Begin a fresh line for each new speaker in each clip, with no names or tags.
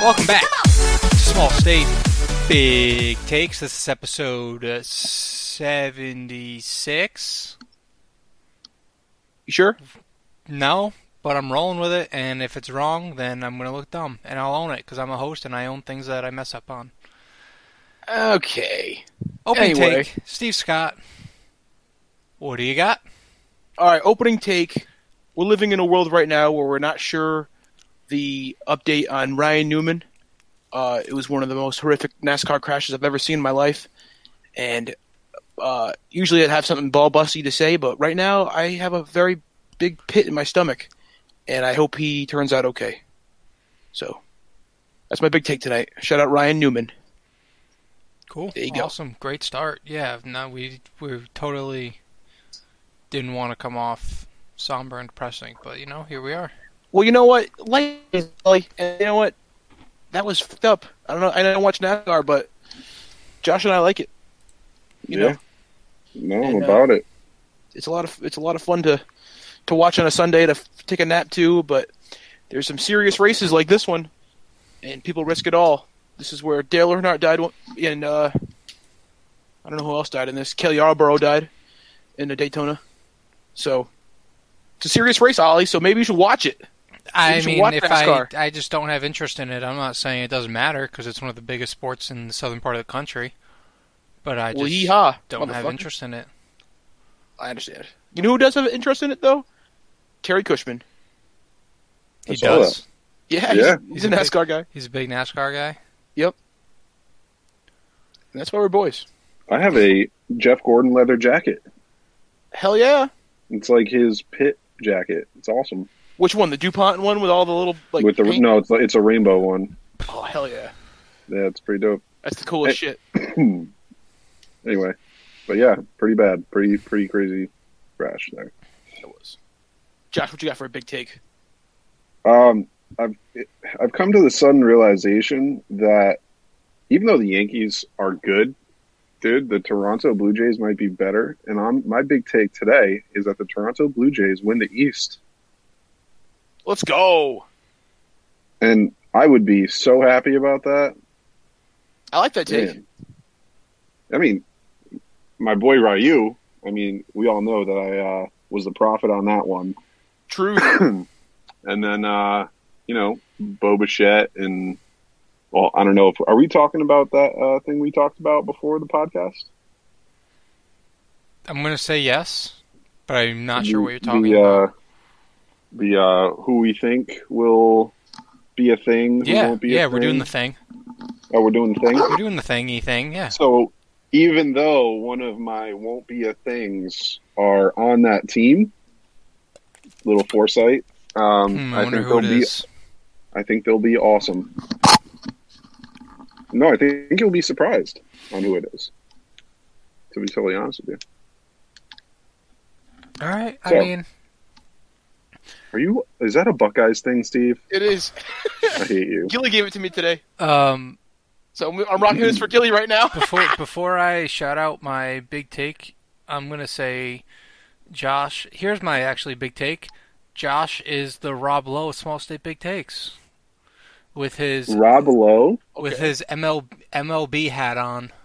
Welcome back. Small State, Big Takes. This is episode uh, 76.
You sure?
No, but I'm rolling with it, and if it's wrong, then I'm going to look dumb, and I'll own it because I'm a host and I own things that I mess up on.
Okay.
Opening
Anyway.
take, Steve Scott. What do you got?
All right, opening take. We're living in a world right now where we're not sure the update on Ryan Newman. Uh, it was one of the most horrific NASCAR crashes I've ever seen in my life. And uh, usually I'd have something ball busty to say, but right now I have a very big pit in my stomach. And I hope he turns out okay. So that's my big take tonight. Shout out Ryan Newman.
Cool.
There you go.
Awesome. Great start. Yeah, no, we we totally didn't want to come off somber and depressing, but you know, here we are.
Well, you know what? Life is like, and you know what? That was fucked up. I don't know. I don't watch NASCAR, but Josh and I like it. You
Yeah.
know,
No,
And, uh,
about it.
it's a lot of it's a lot of fun to to watch on a Sunday to f- take a nap to. But there's some serious races like this one, and people risk it all. This is where Dale Earnhardt died, one- and uh, I don't know who else died in this. Kelly Yarborough died in the Daytona. So it's a serious race, Ollie. So maybe you should watch it.
I
should
mean,
watch
if I,
NASCAR.
I just don't have interest in it, I'm not saying it doesn't matter because it's one of the biggest sports in the southern part of the country. But I
well,
just
yeehaw!
don't have
motherfucker.
interest in it.
I understand. You know who does have an interest in it though? Terry Cushman.
He
saw
does.
Yeah,
Yeah.
He's, he's a NASCAR guy.
He's a big NASCAR guy.
And that's why we're boys.
I have a Jeff Gordon leather jacket.
Hell yeah!
It's like his pit jacket. It's awesome.
Which one? The Dupont one with all the little like
With the
paint?
no, it's like, it's a rainbow one.
Oh hell yeah!
Yeah, it's pretty dope.
That's the coolest
Hey.
shit.
Anyway, but yeah, pretty bad. Pretty pretty crazy crash there.
It was. Josh, what you got for a big take?
Um, I've I've come to the sudden realization that even though the Yankees are good, dude, the Toronto Blue Jays might be better. And I'm, my big take today is that the Toronto Blue Jays win the East,
Let's go.
and I would be so happy about that.
I like that take.
Man. I mean, my boy Ryu. I mean, we all know that I uh, was the prophet on that one.
True.
and then uh, you know Bo Bichette and well, I don't know if are we talking about that uh, thing we talked about before the podcast?
I'm going to say yes, but I'm not sure
The-
what you're talking
the,
about.
Uh, the uh, who we think will be a thing. who
yeah,
won't be a
yeah, we're doing the
thing.
thing.
oh, we're doing the thing.
We're doing the thingy thing. Yeah,
So even though one of my won't be a things are on that team, little foresight. Um,
Hmm, I,
I,
wonder
think
who
they'll
it
be.
is.
I think they'll be awesome. No, I think you'll be surprised on who it is. To be totally honest with you,
All right. I
So-
mean,
are you? Is that a Buckeyes thing, Steve?
it is.
I hate you.
Gilly gave it to me today,
um,
so I'm, I'm rocking this for Gilly right now.
before before I shout out my big take, I'm gonna say, Josh. Here's my actually big take. Josh is the Rob Lowe of Small State Big Takes, with his
Rob Lowe.
with
Okay.
his ML, MLB hat on.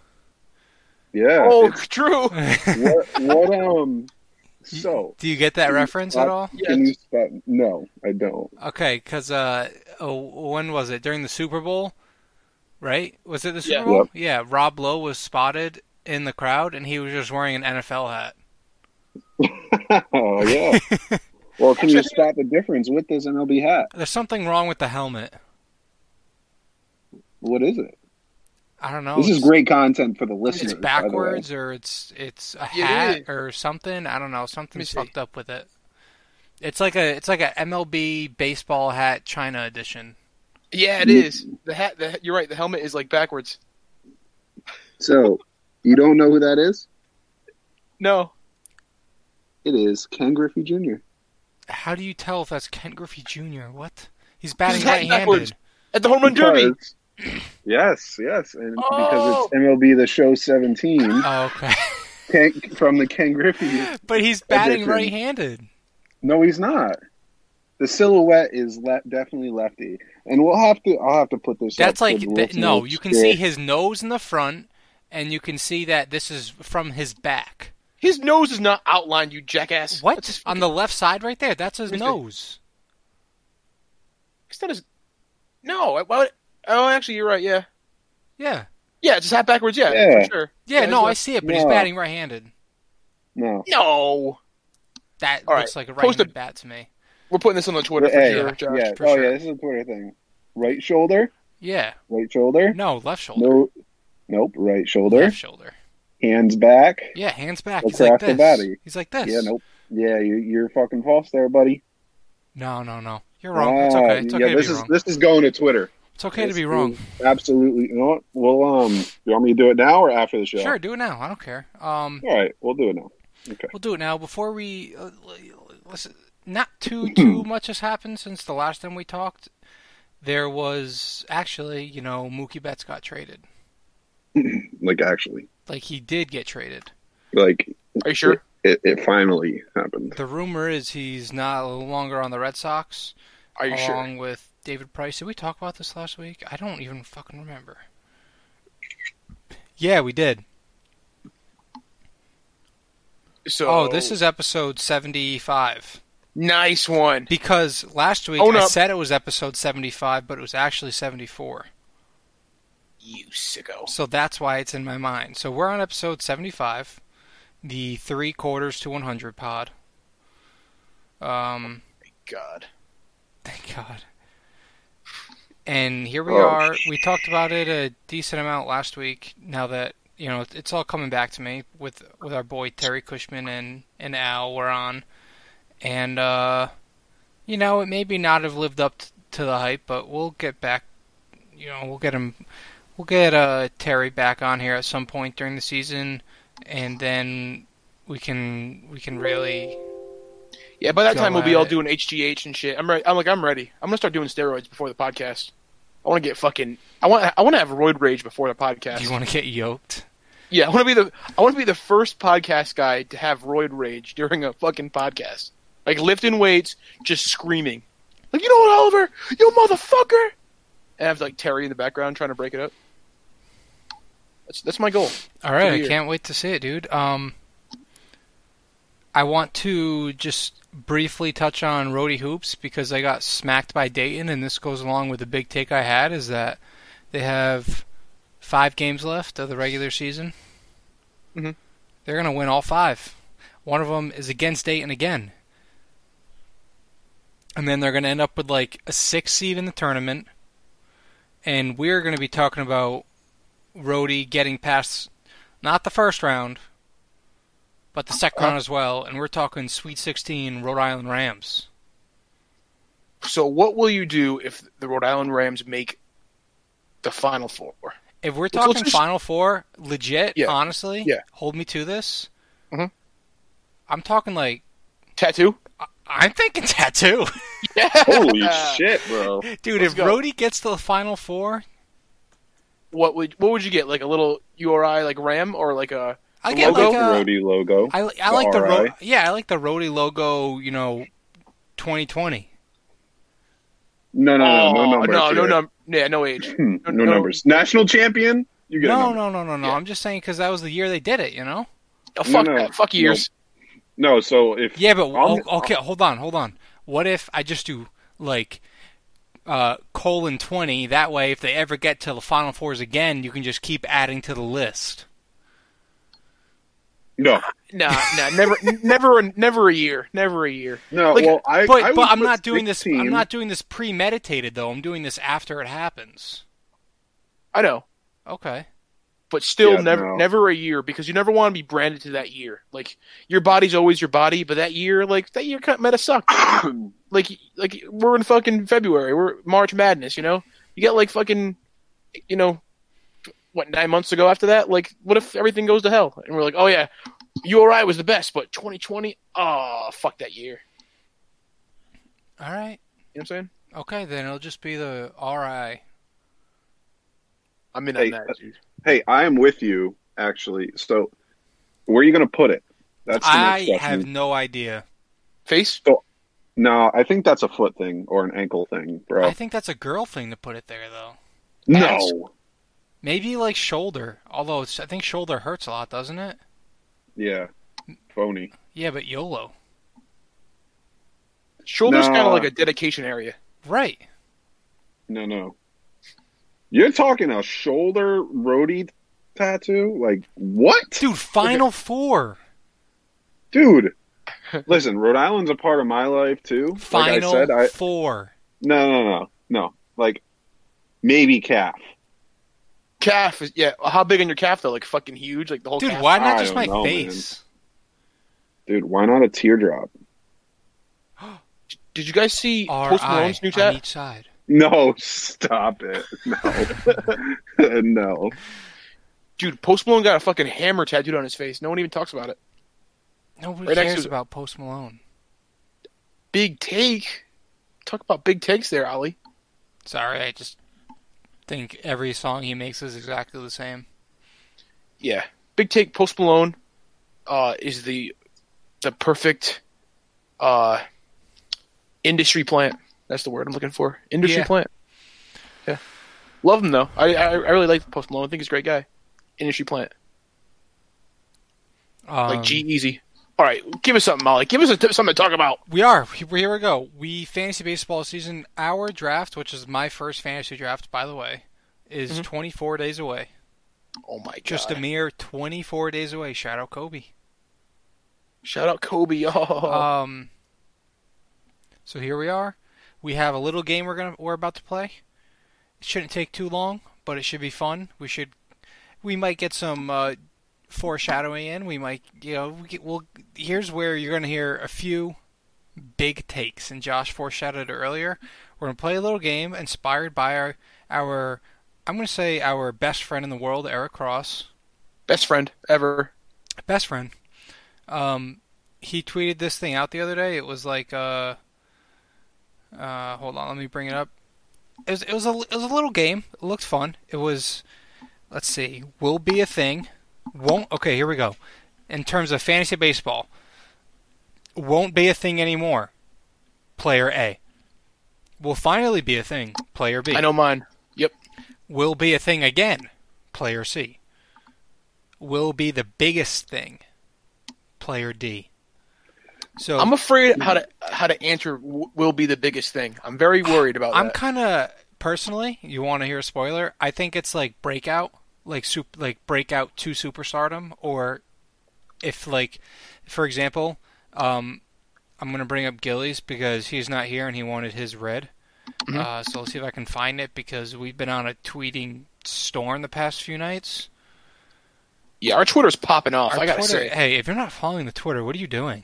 Yeah.
Oh, true.
what, what um so
Do you get that reference at
uh,
all?
can you spot no i don't
Okay, because uh, oh, when was it during the Super Bowl? Right? Was it the Super
Yeah.
Bowl? Yeah. Rob Lowe was spotted in the crowd, and he was just wearing an NFL hat.
oh yeah well can you
Actually-
spot the difference with this mlb hat
There's something wrong with the helmet.
what is it
I don't know.
this is
Oh, It's-
great content for the listeners
It's
by the way.
backwards, or it's it's a
Yeah,
hat,
it
or something. I don't know. Something's
see.
fucked up with it. It's like a it's like a MLB baseball hat China edition.
Yeah, it is. The hat. The, you're right. The helmet is like backwards.
so you don't know who that is
No,
it is ken griffey jr
How do you tell if that's Kent Griffey Jr.? What? He's batting
hat
right-handed.
backwards. at the home run derby.
Because Yes, yes, and
Oh!
because it's MLB the Show 17
Oh, okay.
Ken, from the Ken Griffey.
but he's batting
Addiction.
right-handed.
No, he's not. The silhouette is le- definitely lefty, and we'll have to. I'll have to put this.
That's
up
like
with Will
th- no.
Smith's
You can see
shit.
his nose in the front, and you can see that this is from his back.
His nose is not outlined, you jackass. That's
What
his-
on the left side, right there? That's his
Where's the-
nose.
It's not his. No. I- Why would... Oh, actually, you're right. Yeah.
Yeah,
Yeah, it's his hat backwards. Yeah,
Yeah.
for sure.
yeah.
Yeah,
no,
he's
I
a-
see it, but he's
No.
batting right-handed.
No,
No.
That
All right,
looks like a
post
right-handed
a-
bat to me.
We're putting this on the Twitter for
Hey,
sure,
yeah,
Josh.
yeah.
for
Oh
sure.
yeah, this is a Twitter thing. Right shoulder,
Yeah.
right shoulder.
No, left shoulder.
No, nope. Right shoulder.
Left shoulder. Shoulder.
Hands back.
Yeah, hands back.
Or
He's like
craft the
this.
body.
He's like this.
Yeah, nope. Yeah, you, you're fucking false there, buddy.
No, no, no. You're wrong. It's
Ah,
okay. It's okay
yeah,
to
this
be
is
wrong.
this is going to Twitter.
It's okay to
this
be wrong.
is Absolutely. You know what? Well, um, you want me to do it now or after the show?
Sure, do it now. I don't care. Um,
All right, we'll do it now. Okay.
we'll do it now. Before we uh, l- l- listen, not too too much has happened since the last time we talked. There was actually, you know, Mookie Betts got traded.
Like actually,
Like he did get traded.
like
Are you sure?
it, it finally happened.
The rumor is he's not longer on the Red Sox,
Are you sure?
along with David Price. Did we talk about this last week? I don't even fucking remember. Yeah, we did.
So,
Oh, this is episode 75.
nice one.
Because last week
Own
I
up.
said it was episode 75, but it was actually 74.
You sicko.
So that's why it's in my mind. So we're on episode 75, the three quarters to 100 pod. Um,
God.
thank God. And here we
Oh,
are. We talked about it a decent amount last week. Now that you know, it's all coming back to me with with our boy Terry Cushman and and Al were on, and uh, you know, it maybe not have lived up t- to the hype, but we'll get back. You know, we'll get him. We'll get uh, Terry back on here at some point during the season, and then we can we can really
Yeah, by that
Go
time we'll be
at
all
it.
doing HGH and shit. I'm ready. I'm like, I'm ready. I'm gonna start doing steroids before the podcast. I want to get fucking. I want. I want to have roid rage before the podcast.
you want to get yoked.
yeah, I want to be the. I want to be the first podcast guy to have roid rage during a fucking podcast. Like lifting weights, just screaming. Like you know what, Oliver? You motherfucker! And I have like Terry in the background trying to break it up. That's that's my goal.
All right, I
year.
can't wait to see it, dude. Um, I want to just briefly touch on Rhodey Hoops because I got smacked by Dayton, and this goes along with the big take I had is that they have five games left of the regular season.
Mhm.
They're gonna win all five. One of them is against Dayton again, and then they're gonna end up with like a six seed in the tournament, and we're gonna be talking about Rhodey getting past not the first round, but the
Uh,
second round as well, and we're talking Sweet 16 Rhode Island Rams.
So what will you do if the Rhode Island Rams make the Final Four?
If we're
let's
talking
just-
Final Four, legit,
Yeah.
honestly,
Yeah.
hold me to this.
Mhm.
I'm talking like
Tattoo?
I'm thinking tattoo,
Holy shit, bro!
dude.
Let's
if
go.
Rhodey gets to the Final Four,
What would what would you get? Like a little URI like RAM or like a
I
The
get
logo?
like a,
Roadie logo.
I, li- I like the
RI.
ro- yeah, I like the Rhodey logo. You know, 2020.
No, no, no,
Oh,
no numbers.
no, no
here.
num- yeah, no age.
Hmm,
no-
no,
no-
numbers. National champion. You get a
No,
number.
no, no, no, no.
Yeah.
I'm just saying because that was the year they did it. You know.
Oh, fuck
no,
that. Fuck
no.
years.
No, so if
Yeah, but
I'll-
o- okay, hold on, hold on. What if I just do like uh, colon twenty? That way, if they ever get to the final fours again, you can just keep adding to the list.
no,
Nah, nah, never, never, a- never a year, never a year.
no.
Like,
well, I I
But
would
but I'm
put
not doing this.
16.
I'm not doing this premeditated though. I'm doing this after it happens.
I know,
Okay.
but still,
Yeah,
never,
no.
never a year because you never want to be branded to that year. Like your body's always your body, but that year, like that year, kind of might have sucked. like, like we're in fucking February, we're March Madness. You know, you got like fucking, you know, what nine months ago after that. Like, what if everything goes to hell and we're like, oh yeah, URI was the best, but 2020, oh fuck that year.
All right.
You know what I'm saying?
Okay. Then it'll just be the RI.
I'm in
Hey, uh,
on that, dude.
Hey, I am with you actually. So, where are you going to put it? That's the next
I
question.
have no idea.
Face?
No, I think that's a foot thing or an ankle thing, bro.
I think that's a girl thing to put it there, though.
Ask.
no.
Maybe like shoulder. Although it's, I think shoulder hurts a lot, doesn't it?
Yeah. Phony.
Yeah, but YOLO.
Shoulder's
Nah.
kind of like a dedication area.
Right.
No, no. You're talking a shoulder roadie tattoo? Like what?
Dude, Final Four.
Dude. Listen, Rhode Island's a part of my life too.
Final
like I said, I
Four.
no, no, no. No. Like maybe calf.
Calf is yeah. How big on your calf though? Like fucking huge. Like the whole.
Dude,
calf?
why not
I
just
don't
my
know,
face?
Dude, why not a teardrop?
Did you guys see
R
Post
I
Malone's new tat?
on each side.
No, stop it. No. no.
Dude, Post Malone got a fucking hammer tattooed on his face. No one even talks about it.
Nobody
Right next
cares
to-
about Post Malone.
Big take. Talk about big takes there, Ollie.
Sorry, I just think every song he makes is exactly the same.
Yeah, big take. Post Malone uh, is the the perfect uh, industry plant. That's the word I'm looking for. Industry
Yeah.
plant. Yeah, love him though. I I, I really like Post Malone. I think he's a great guy. Industry plant.
Um,
like G Easy. All right, give us something, Molly. Give us a tip, something to talk about.
We are. Here we go. We fantasy baseball season. Our draft, which is my first fantasy draft, by the way, is
Mm-hmm.
24 days away.
Oh my god!
Just a mere 24 days away. Shout out Kobe.
shout out Kobe. Oh,
Um. So here we are. We have a little game we're gonna we're about to play. It shouldn't take too long, but it should be fun. We should. We might get some uh, foreshadowing in. We might, you know, we get, we'll. Here's where you're gonna hear a few big takes, and Josh foreshadowed it earlier. We're gonna play a little game inspired by our our. I'm gonna say our best friend in the world, Eric Cross
best friend ever.
best friend. Um, he tweeted this thing out the other day. It was like, uh, uh, hold on, let me bring it up. It was it was a it was a little game. It looked fun. It was, let's see, will be a thing, won't. Okay, here we go. In terms of fantasy baseball, won't be a thing anymore. Player A will finally be a thing. Player B
I know mine. Yep.
will be a thing again. Player C will be the biggest thing. Player D. So
I'm afraid how to how to answer w- will be the biggest thing. I'm very worried about
I'm
that.
kind of personally, you want to hear a spoiler? I think it's like breakout, like sup- like breakout to superstardom, or if like, for example, um, I'm gonna bring up Gillies because he's not here and he wanted his red. Uh, so let's see if I can find it because we've been on a tweeting storm the past few nights.
Yeah, our Twitter's popping off.
Our
I gotta
Twitter-
say,
hey, if you're not following the Twitter, what are you doing?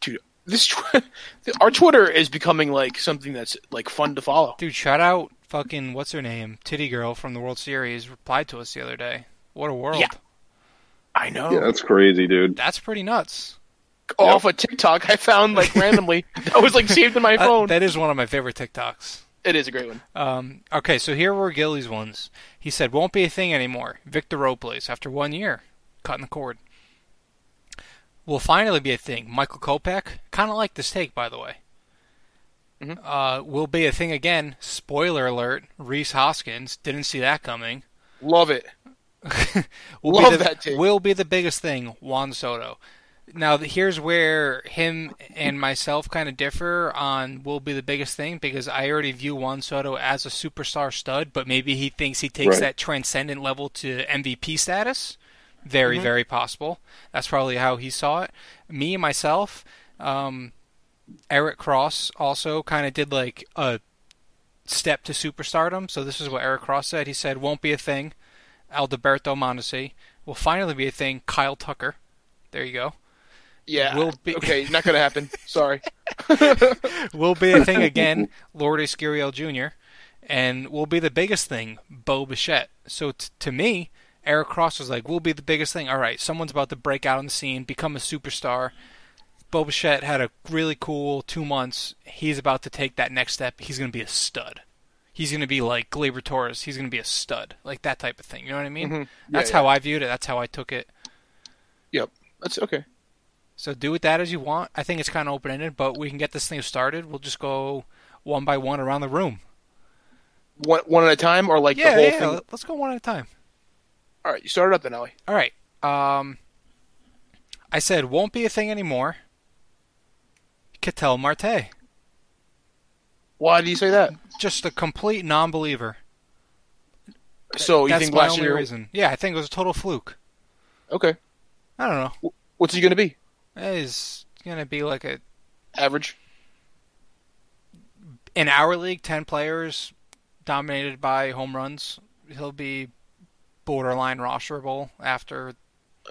dude, this tw- our Twitter is becoming like something that's like fun to follow.
Dude, shout out fucking what's her name, Titty Girl from the World Series replied to us the other day. What a world!
Yeah. I know.
Oh.
Yeah, that's crazy, dude.
That's pretty nuts.
Off of TikTok, I found like randomly that was like saved in my
Uh,
phone.
that is one of my favorite TikToks.
it is a great one.
Um, okay, so here were Gilly's ones. He said, "Won't be a thing anymore." Victor Robles, after one year, cutting the cord, will finally be a thing. Michael Kopech, kind of like this take, by the way.
Mhm.
Uh, will be a thing again. Spoiler alert: Reese Hoskins didn't see that coming.
Love it.
will
Love
be the,
that take.
Will be the biggest thing, Juan Soto. Now th- here's where him and myself kind of differ on will be the biggest thing because I already view Juan Soto as a superstar stud, but maybe he thinks he takes
Right.
that transcendent level to MVP status. Very, very possible. That's probably how he saw it. Me myself, um, Eric Cross also kind of did like a step to superstardom. So this is what Eric Cross said. He said, "Won't be a thing." Alberto Mondesi will finally be a thing. Kyle Tucker. There you go.
Yeah.
Will be-
Okay, not gonna happen. Sorry.
Will be a thing again. Lourdes Gurriel Jr. And will be the biggest thing. Bo Bichette. So t- to me, Eric Cross was like, "Will be the biggest thing." All right, someone's about to break out on the scene, become a superstar. Bo Bichette had a really cool two months. He's about to take that next step. He's going to be a stud. he's going to be like Glaber Torres. He's going to be a stud, like that type of thing. You know what I mean?
Mhm. Yeah,
That's
yeah.
how I viewed it. That's how I took it.
Yep, that's okay.
So do with that as you want. I think it's kind of open ended, but we can get this thing started. We'll just go one by one around the room.
One one at a time, or like
yeah,
the whole
yeah.
thing.
let- Let's go one at a time.
All right, you start it up then, Ellie.
All right. Um, I said won't be a thing anymore. Cattell Marte,
Why do you say that?
just a complete non-believer.
So Oh, you
That's
think
my
last
only
year?
reason. Yeah, I think it was a total fluke.
Okay,
I don't know.
what's he going to be?
It's gonna be like a
Average.
in our league, ten players dominated by home runs. He'll be borderline rosterable after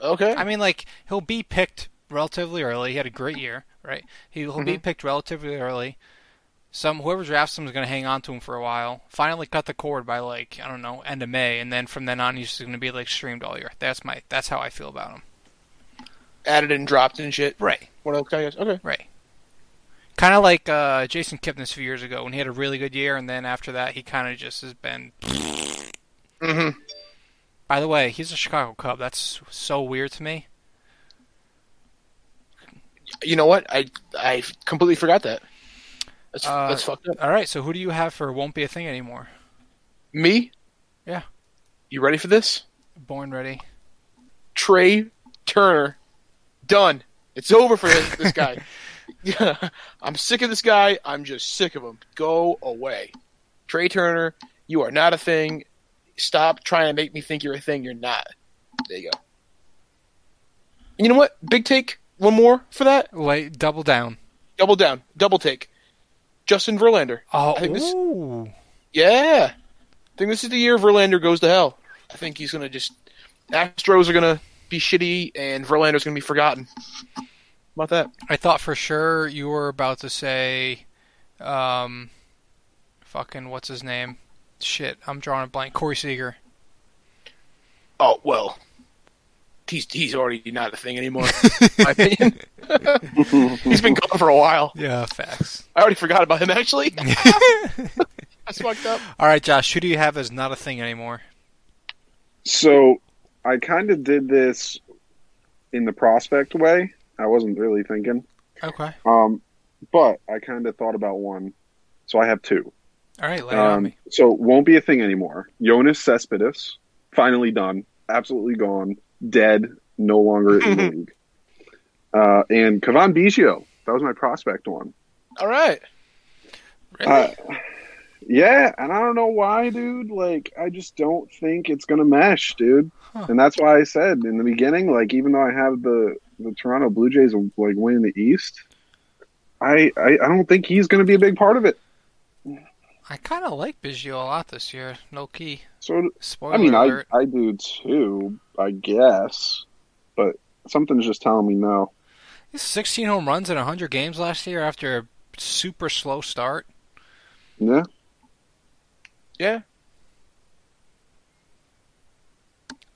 Okay.
I mean, like he'll be picked relatively early. He had a great year, right? He'll be picked relatively early. Some whoever drafts him is going to hang on to him for a while. Finally, cut the cord by like I don't know end of May, and then from then on he's just going to be like streamed all year. That's my that's how I feel about him.
Added and dropped and shit.
Right,
One of those guys. Okay.
right. Kind of like uh, Jason Kipnis a few years ago when he had a really good year, and then after that he kind of just has been.
Mm-hmm.
By the way, he's a Chicago Cub. That's so weird to me.
You know what? I I completely forgot that. That's
Uh,
that's fucked up.
All right, so who do you have for won't be a thing anymore?
Me?
Yeah.
You ready for this?
Born ready.
Trey Turner. Done. It's over for this, this guy. Yeah. I'm sick of this guy. I'm just sick of him. Go away. Trey Turner, you are not a thing. Stop trying to make me think you're a thing. You're not. There you go. You know what? Big take. One more for that.
Wait, double down.
Double down. Double take. Justin Verlander.
Oh,
I think this-
ooh.
Yeah. I think this is the year Verlander goes to hell. I think he's going to just. Astros are going to be shitty, and Verlander's going to be forgotten. How About that.
I thought for sure you were about to say, um, fucking what's his name? Shit, I'm drawing a blank. Corey Seager.
Oh, well. He's, he's already not a thing anymore, in my opinion. he's been gone for a while.
Yeah, facts.
I already forgot about him, actually. That's fucked up.
All right, Josh, who do you have as not a thing anymore?
So I kind of did this in the prospect way. I wasn't really thinking,
Okay.
um, but I kind of thought about one. So I have two.
All right, lay it on
Um,
me.
so won't be a thing anymore. Jonas Cespedes, finally done, absolutely gone, dead, no longer in the league. Uh, and Kavan Biggio, that was my prospect one.
All right.
Really?
Uh, yeah, and I don't know why, dude. Like, I just don't think it's gonna mesh, dude.
Huh.
And that's why I said in the beginning, like, even though I have the the Toronto Blue Jays like winning the East, I I, I don't think he's gonna be a big part of it.
I kind of like Biggio a lot this year. No key.
So
Spoiler
I mean, I
alert.
I do too, I guess, but something's just telling me no.
16 home runs in 100 games last year after a super slow start.
Yeah,
Yeah.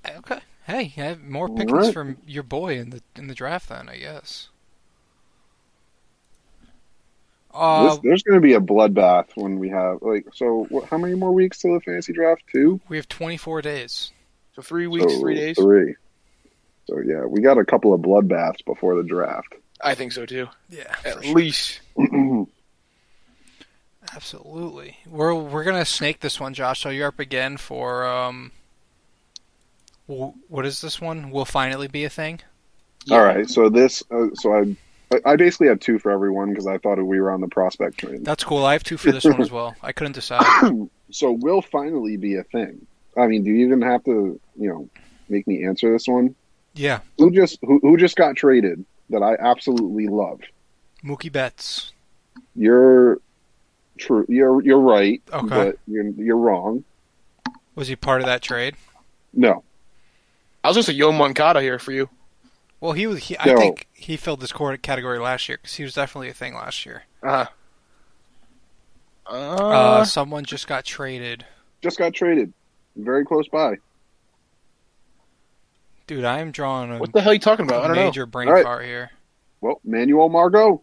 Okay. Hey, I have more
All
pickings
right.
from your boy in the in the draft then, I guess. Uh,
This- there's going to be a bloodbath when we have like. So, what, how many more weeks till the fantasy draft? Two
we have 24 days.
So three weeks,
So,
three days.
Three. So yeah, we got a couple of bloodbaths before the draft.
I think so, too.
Yeah,
At least.
absolutely. We're we're gonna snake this one, Josh. So you're up again for um. w- What is this one? Will finally be a thing.
All right. So this. Uh, so I. I- I basically have two for everyone because I thought we were on the prospect train.
That's cool. I have two for this one as well. I couldn't decide.
so will finally be a thing. I mean, do you even have to, you know, make me answer this one?
Yeah,
Who just who, who just got traded that I absolutely love?
Mookie Betts.
You're true. You're you're right,
Okay.
but you're you're wrong.
Was he part of that trade?
No,
I was just a Yo Moncada here for you.
Well, he was. He, I
No.
think he filled this core category last year because he was definitely a thing last year.
Uh-huh. Uh,
Uh, someone just got traded.
just got traded. Very close by.
Dude, I am drawing a
what the hell are you talking about? I don't know.
major brain
All right.
fart here.
Well, Manuel Margot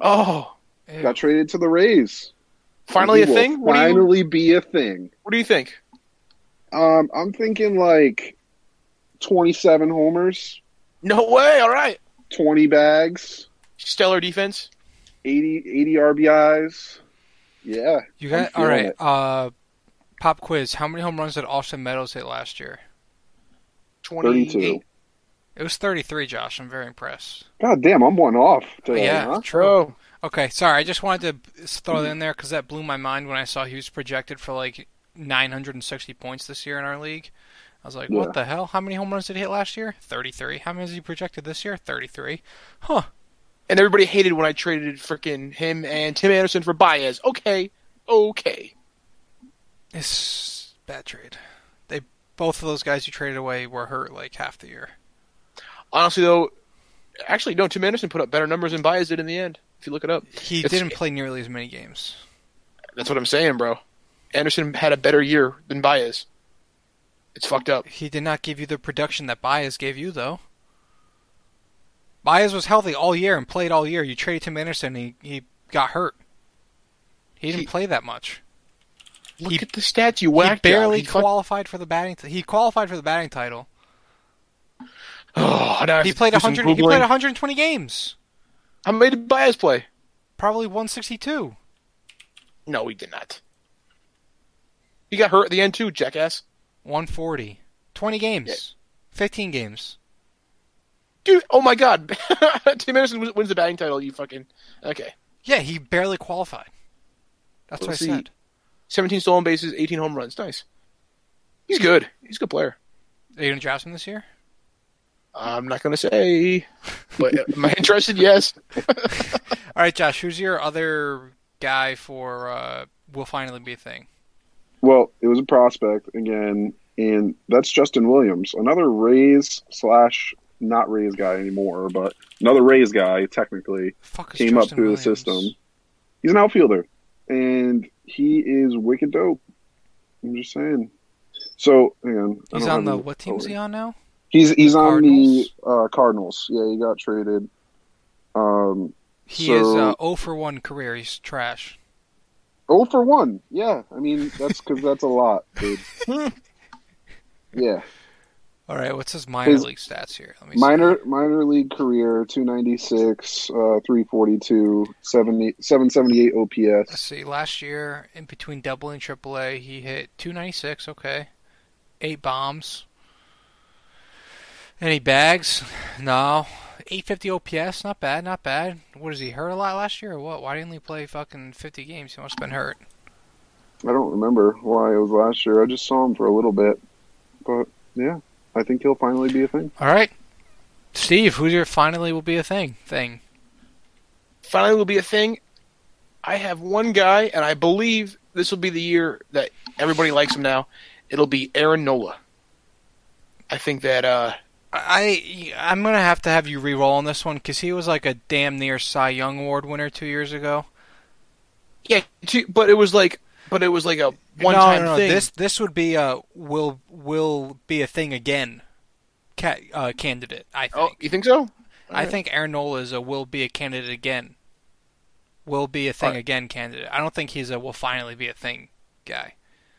Oh,
Ew.
got traded to the Rays.
Finally a
It will
thing? What do, you,
Finally, be a thing.
what do you think?
Um, I'm thinking like 27 homers,
No way. All right.
20 bags,
Stellar defense.
80, 80 RBIs. Yeah,
You
I'm
got all
feeling
right.
it.
Uh, pop quiz: How many home runs did Austin Meadows hit last year?
28.
32.
It was 33, Josh. I'm very impressed.
God damn, I'm one off
Oh,
today.
yeah,
huh?
true.
Bro.
Okay, sorry. I just wanted to s- throw that in there because that blew my mind when I saw he was projected for like 960 points this year in our league. I was like,
Yeah.
what the hell? How many home runs did he hit last year? 33. How many is he projected this year? 33. Huh.
And everybody hated when I traded freaking him and Tim Anderson for Baez. Okay. Okay.
It's bad trade. They both of those guys you traded away were hurt like half the year.
Honestly, though, actually, no, Tim Anderson put up better numbers than Baez did in the end, if you look it up.
He
It's-
didn't play nearly as many games.
That's what I'm saying, bro. Anderson had a better year than Baez. It's fucked up.
He did not give you the production that Baez gave you, though. Baez was healthy all year and played all year. You traded Tim Anderson, and he, he got hurt. He didn't
He-
play that much.
Look
He-
at the stats you whacked.
he
out.
barely
fuck-
qualified for the batting. T- he qualified for the batting title.
Oh, now I have
He
to
played
do some
100. He
Googling.
played 120 games.
How many did Baez play?
Probably 162.
No, he did not. He got hurt at the end too, jackass.
140. 20 games. 15 games.
Dude, oh my god, Tim Anderson wins- wins the batting title. You fucking okay.
Yeah, he barely qualified. That's
Well,
what I
see,
said.
Seventeen stolen bases, eighteen home runs. Nice. He's good. He's a good player.
Are you going to draft him this year?
I'm not gonna say, but am I interested? Yes.
All right, Josh, who's your other guy for uh, Will Finally Be a Thing?
Well, it was a prospect again, and that's Justin Williams, another Rays slash not Rays guy anymore, but another Rays guy technically.
Fuck is
Came up
Justin
through the
Williams?
system. He's an outfielder, and he is wicked dope. I'm just saying. So hang on, I
He's on
don't have
the
his-
what team is
oh,
he on now?
He's he's
The
on the uh, Cardinals. Yeah, he got traded. Um,
He
So-
is uh, 0 for 1 career. He's trash.
oh for one. Yeah, I mean that's because that's a lot, dude. yeah.
All right, what's his minor
His-
league stats here? Let me see.
Minor minor league career 296, uh, 342, 70, 778
Let's
OPS.
see. Last year, in between double and triple A, he hit 296. Okay, eight bombs. Any bags? No. 850 OPS. Not bad. Not bad. What is he hurt a lot last year or what? Why didn't he play fucking 50 games? He must have been hurt.
I don't remember why it was last year. I just saw him for a little bit, but yeah, I think he'll finally be a thing.
All right, Steve. Who's your finally will be a thing? Thing.
finally will be a thing. I have one guy, and I believe this will be the year that everybody likes him now. It'll be Aaron Nola. I think that uh,
I I'm gonna have to have you re-roll on this one because he was like a damn near Cy Young Award winner two years ago.
yeah, two, but it was like, but it was like a one
no,
time
no, no.
thing.
This this would be a will will be a thing again. Ca- uh, candidate, I think.
oh, you think so?
I think Aaron Nola is a will be a candidate again. Will be a thing
Alright.
again candidate. I don't think he's a will finally be a thing guy.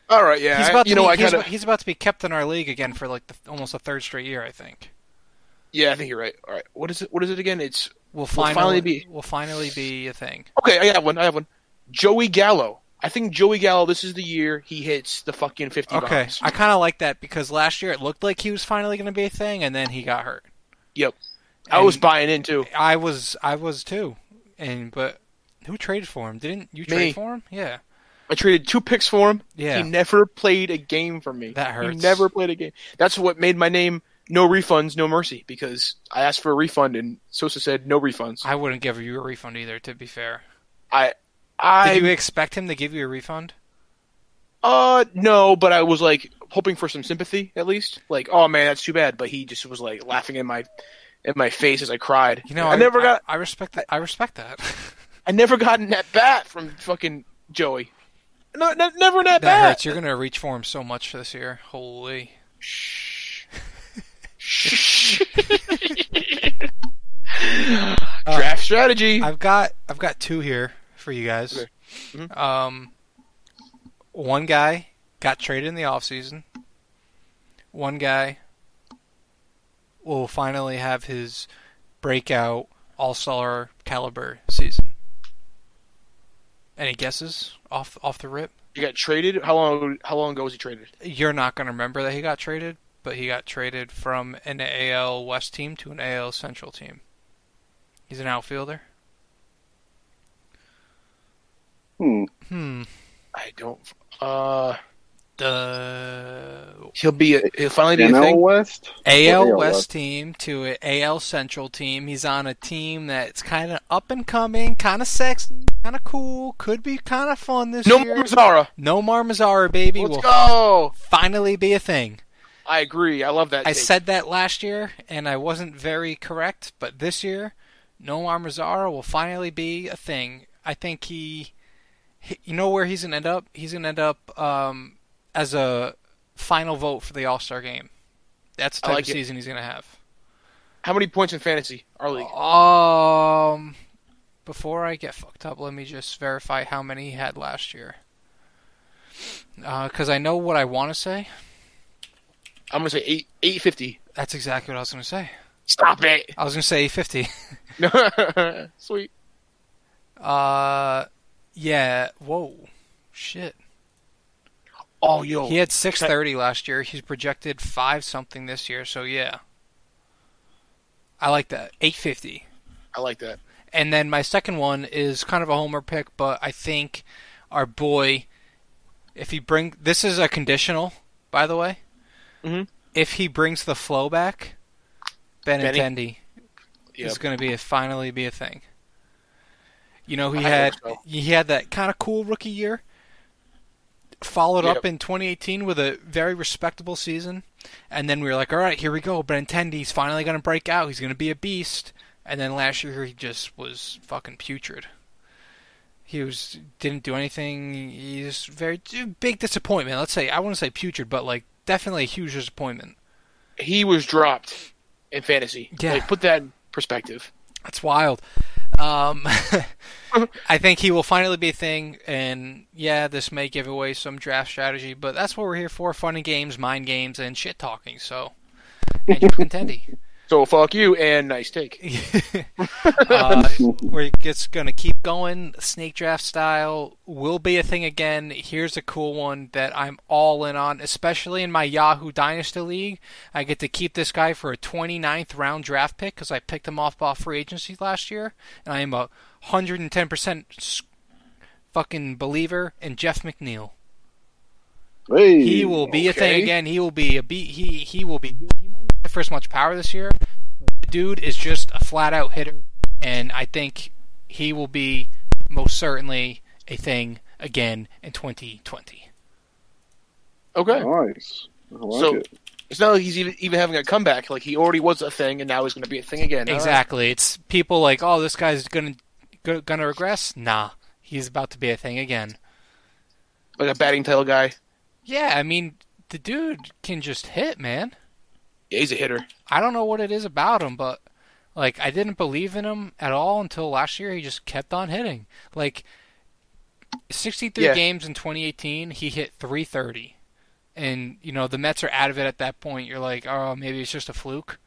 All right, yeah.
he's
I-
about
you
to
know,
be,
I
he's,
kind of
he's about to be kept in our league again for like the, almost a third straight year. I think.
yeah. I think you're right. All right, what is it? What is it again? It's
Will
finally
finally,
be-
will finally be a thing.
okay. I have one. I have one. Joey Gallo. I think Joey Gallo. This is the year he hits the fucking fifty.
Okay,
bombs.
I kind of like that because last year it looked like he was finally going to be a thing, and then he got hurt.
Yep. I was
and-
buying into.
I was I was too. And but who traded for him? Didn't you
Me.
trade for him? Yeah.
I traded two picks for him.
Yeah.
He never played a game for me.
That
He
hurts.
never played a game. That's what made my name No Refunds, No Mercy because I asked for a refund and Sosa said no refunds.
I wouldn't give you a refund either, to be fair.
I
Did
I
you expect him to give you a refund?
uh no, but I was like hoping for some sympathy at least. Like, oh man, that's too bad, but he just was like laughing in my in my face as I cried.
You know,
I, never got
I, respect that I respect that.
I never got an at bat from fucking Joey. No, no never an
that
at bat.
hurts. You're gonna reach for him so much this year. Holy
Shh. Draft strategy.
Uh, I've got I've got two here for you guys.
Okay. Mhm.
Um one guy got traded in the offseason. One guy will finally have his breakout All Star caliber season. Any guesses off off the rip?
He got traded. How long? How long ago was he traded?
You're not going to remember that he got traded, but he got traded from an AL West team to an AL Central team. He's an outfielder.
Hmm.
Hmm.
I don't. Uh,
The
he'll be. A, he'll finally be a
NL
thing.
West.
AL
AL
West
West.
team to an AL Central team. He's on a team that's kind of up and coming, kind of sexy, kind of cool, could be kind of fun this
No
year.
more Mazzara.
Nomar Mazara, baby,
Let's
will
go.
finally be a thing.
I agree. I love that.
I
take.
said that last year, and I wasn't very correct, but this year, Nomar Mazara will finally be a thing. I think he, he you know where he's going to end up? He's going to end up um, as a final vote for the All Star game. That's the
I
type
like
of
it.
season he's going to have.
How many points in fantasy? Our league.
Oh. Um, before I get fucked up, let me just verify how many he had last year. Because I know what I want to say.
I'm gonna say eight. Eight fifty.
That's exactly what I was going to say.
Stop it.
I was going to say 50.
Sweet.
Uh, yeah. Whoa. Shit.
Oh, yo.
He had 630 last year. He's projected 5 something this year, so yeah. I like that. 850.
I like that.
And then my second one is kind of a homer pick, but I think our boy, if he bring this is a conditional, by the way.
Mhm.
If he brings the flow back, Benintendi
Yeah.
is going to be a, finally be a thing. You know he
I
had
hope
he had that kind of cool rookie year, followed
Yep.
up in 2018 with a very respectable season, and then we were like, all right, here we go. Benintendi's finally going to break out. He's going to be a beast. And then last year he just was fucking putrid. He was didn't do anything. He's very big disappointment. Let's say I wouldn't say putrid, but like definitely a huge disappointment.
He was dropped in fantasy.
Yeah.
Like, put that in perspective.
That's wild. Um, I think he will finally be a thing, and yeah, this may give away some draft strategy, but that's what we're here for—fun and games, mind games, and shit talking. So, Andrew Contendi.
So fuck you and nice take.
uh, we're just going to keep going. Snake draft style will be a thing again. Here's a cool one that I'm all in on, especially in my Yahoo Dynasty League. I get to keep this guy for a 29th round draft pick because I picked him off ball free agency last year, and I am a 110% s- fucking believer in Jeff McNeil.
Hey,
He will be a
Okay.
thing again. He will be a be he he will be good. He might not have for as much power this year. But the dude is just a flat out hitter, and I think he will be most certainly a thing again in 2020.
Okay.
nice. I like
So-
it.
It's not like he's even, even having a comeback. Like he already was a thing and now he's going to be a thing again. All right.
Exactly. It's people like, oh, this guy's gonna go- gonna regress. Nah, he's about to be a thing again.
Like a batting tail guy.
Yeah, I mean, the dude can just hit, man.
Yeah, he's a hitter.
I don't know what it is about him, but like I didn't believe in him at all until last year. He just kept on hitting. Like 63
Yeah.
games in 2018, he hit 330. And you know the Mets are out of it at that point. You're like, oh, maybe it's just a fluke.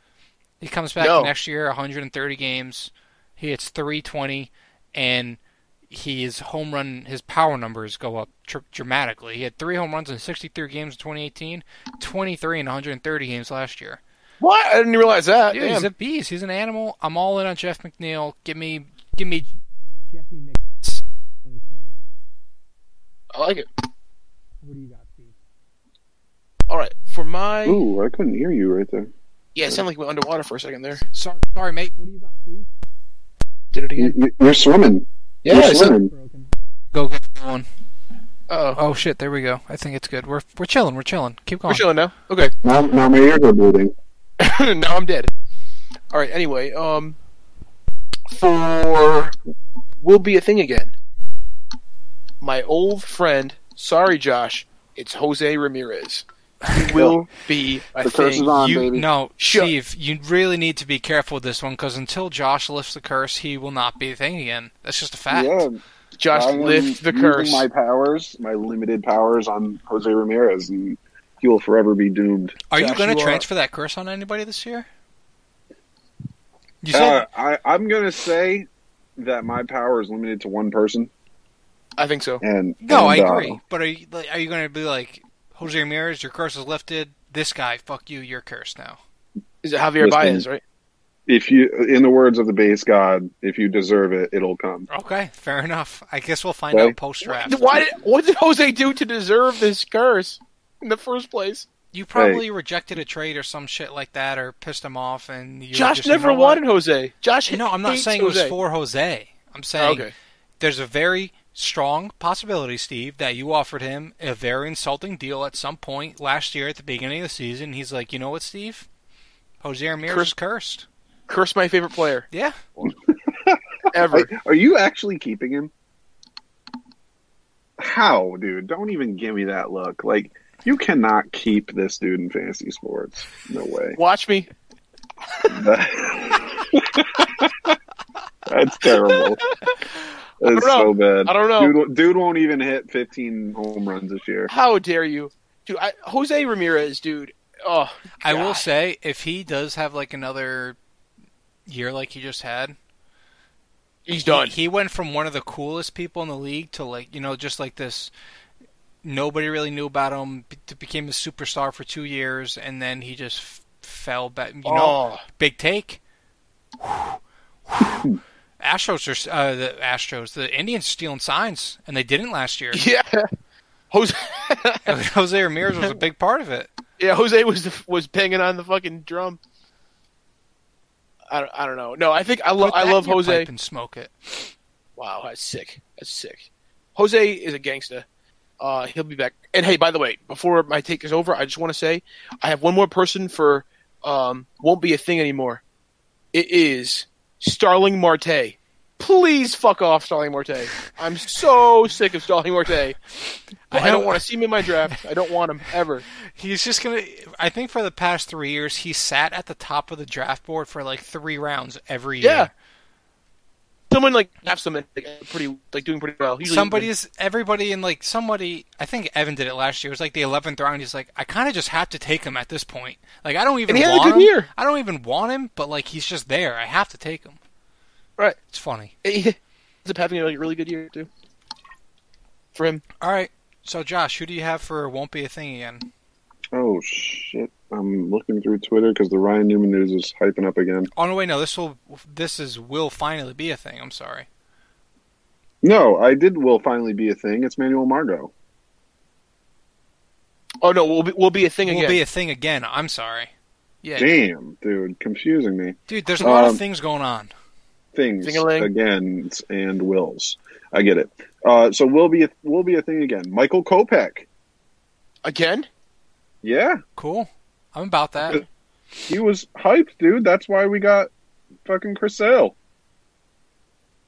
He comes back
No.
next year, 130 games. He hits 320, and his home run, his power numbers go up tr- dramatically. He had three home runs in 63 games in 2018, 23 in 130 games last year.
What? I didn't realize that.
Dude,
Damn.
he's a beast. He's an animal. I'm all in on Jeff McNeil. Give me, give me. Jeffy McNeil.
I like it.
What do you got, Steve?
All right. For my
Ooh, I couldn't hear you right there.
yeah, it sounded like we went underwater for a second there.
Sorry, sorry, mate. What do you got, Steve?
Did it
You-
again?
you- You're swimming.
Yeah.
You're
So,
swimming.
Go get one.
oh,
Oh shit, there we go. I think it's good. We're we're chilling. We're chilling. Keep going.
we're chilling now. Okay.
Now, now my ears are bleeding.
now I'm dead. All right. Anyway, um, for will be a thing again. My old friend, sorry, Josh, it's Jose Ramirez. He will be a
The curse
thing.
is on,
You
baby.
no,
Shut-
Steve. You really need to be careful with this one because until Josh lifts the curse, he will not be a thing again. That's just a fact.
Yeah,
Josh,
I am
lift the
using
curse.
My powers, my limited powers on Jose Ramirez, and he will forever be doomed.
Are you
Josh,
going
you
to
are-
transfer that curse on anybody this year? You said
Uh, I, I'm going to say that my power is limited to one person,
I think so.
and
no.
and,
I
uh,
agree, but are you like, are you going to be like Jose Ramirez? Your curse is lifted. This guy, fuck you. You're cursed now.
Is it Javier
Listen.
Baez, right?
if you, in the words of the base god, if you deserve it, it'll come.
Okay, fair enough. I guess we'll find
Well-
out post
Why
draft.
why did, what did Jose do to deserve this curse in the first place?
You probably rejected a trade or some shit like that, or pissed him off, and you were
Josh
just, you
never
know what?
wanted Jose. Josh
No, I'm not
hates
saying it
Jose.
was for Jose. I'm
Oh,
saying
okay.
there's a very strong possibility, Steve, that you offered him a very insulting deal at some point last year at the beginning of the season. He's like, you know what, Steve? Jose Ramirez
Curse-
is cursed.
Curse my favorite player
Yeah.
ever.
Are, are you actually keeping him? How, dude? Don't even give me that look. Like, you cannot keep this dude in fantasy sports. No way.
Watch me.
That's terrible. That's
know.
so bad.
I don't know.
Dude, dude won't even hit 15 home runs this year.
How dare you, dude? I, Jose Ramirez, dude. Oh,
I will
God.
say, if he does have like another year like he just had,
he's done.
He, he went from one of the coolest people in the league to like you know just like this. Nobody really knew about him. be- Became a superstar for two years, and then he just f- fell back. You know,
Oh.
big take. Astros are uh, the Astros. The Indians are stealing signs, and they didn't last year.
Yeah, Jose.
Jose Ramirez was a big part of it.
yeah, Jose was the, was banging on the fucking drum. I don't, I don't know. No, I think I love
Put that
I
in
love
your
Jose.
pipe and smoke it.
Wow, that's sick. That's sick. Jose is a gangsta. Uh, he'll be back. And hey, by the way, before my take is over, I just want to say I have one more person for um, won't be a thing anymore. It is Starling Marte. Please fuck off, Starling Marte. I'm so sick of Starling Marte. I
know-
don't want to see him in my draft. I don't want him ever.
He's just gonna. I think for the past three years, he sat at the top of the draft board for like three rounds every year.
Yeah. Someone like have someone like, pretty like doing pretty well. Usually-
somebody's everybody in like somebody i think evan did it last year it was like the 11th round he's like i kind of just have to take him at this point like i don't even
And he had a
want him
good year.
i don't even want him but like he's just there i have to take him
right.
it's funny
He ends up having a like, really good year too. For him.
all right so josh who do you have for won't be a thing again
Oh, shit. I'm looking through Twitter because the Ryan Newman news is hyping up again.
oh no wait no this will this is will finally be a thing i'm sorry
No, I did will finally be a thing. It's Manuel Margot.
Oh no, we'll be, we'll be a thing
will
again.
be a thing again i'm sorry
yeah,
Damn, dude. Confusing me.
dude there's a lot
Um,
of things going on
things
Ding-a-ling.
again and wills. I get it. Uh, so will be a, will be a thing again. Michael Kopech.
again.
Yeah,
cool i'm about that
he was hyped, dude. That's why we got fucking Chris Sale.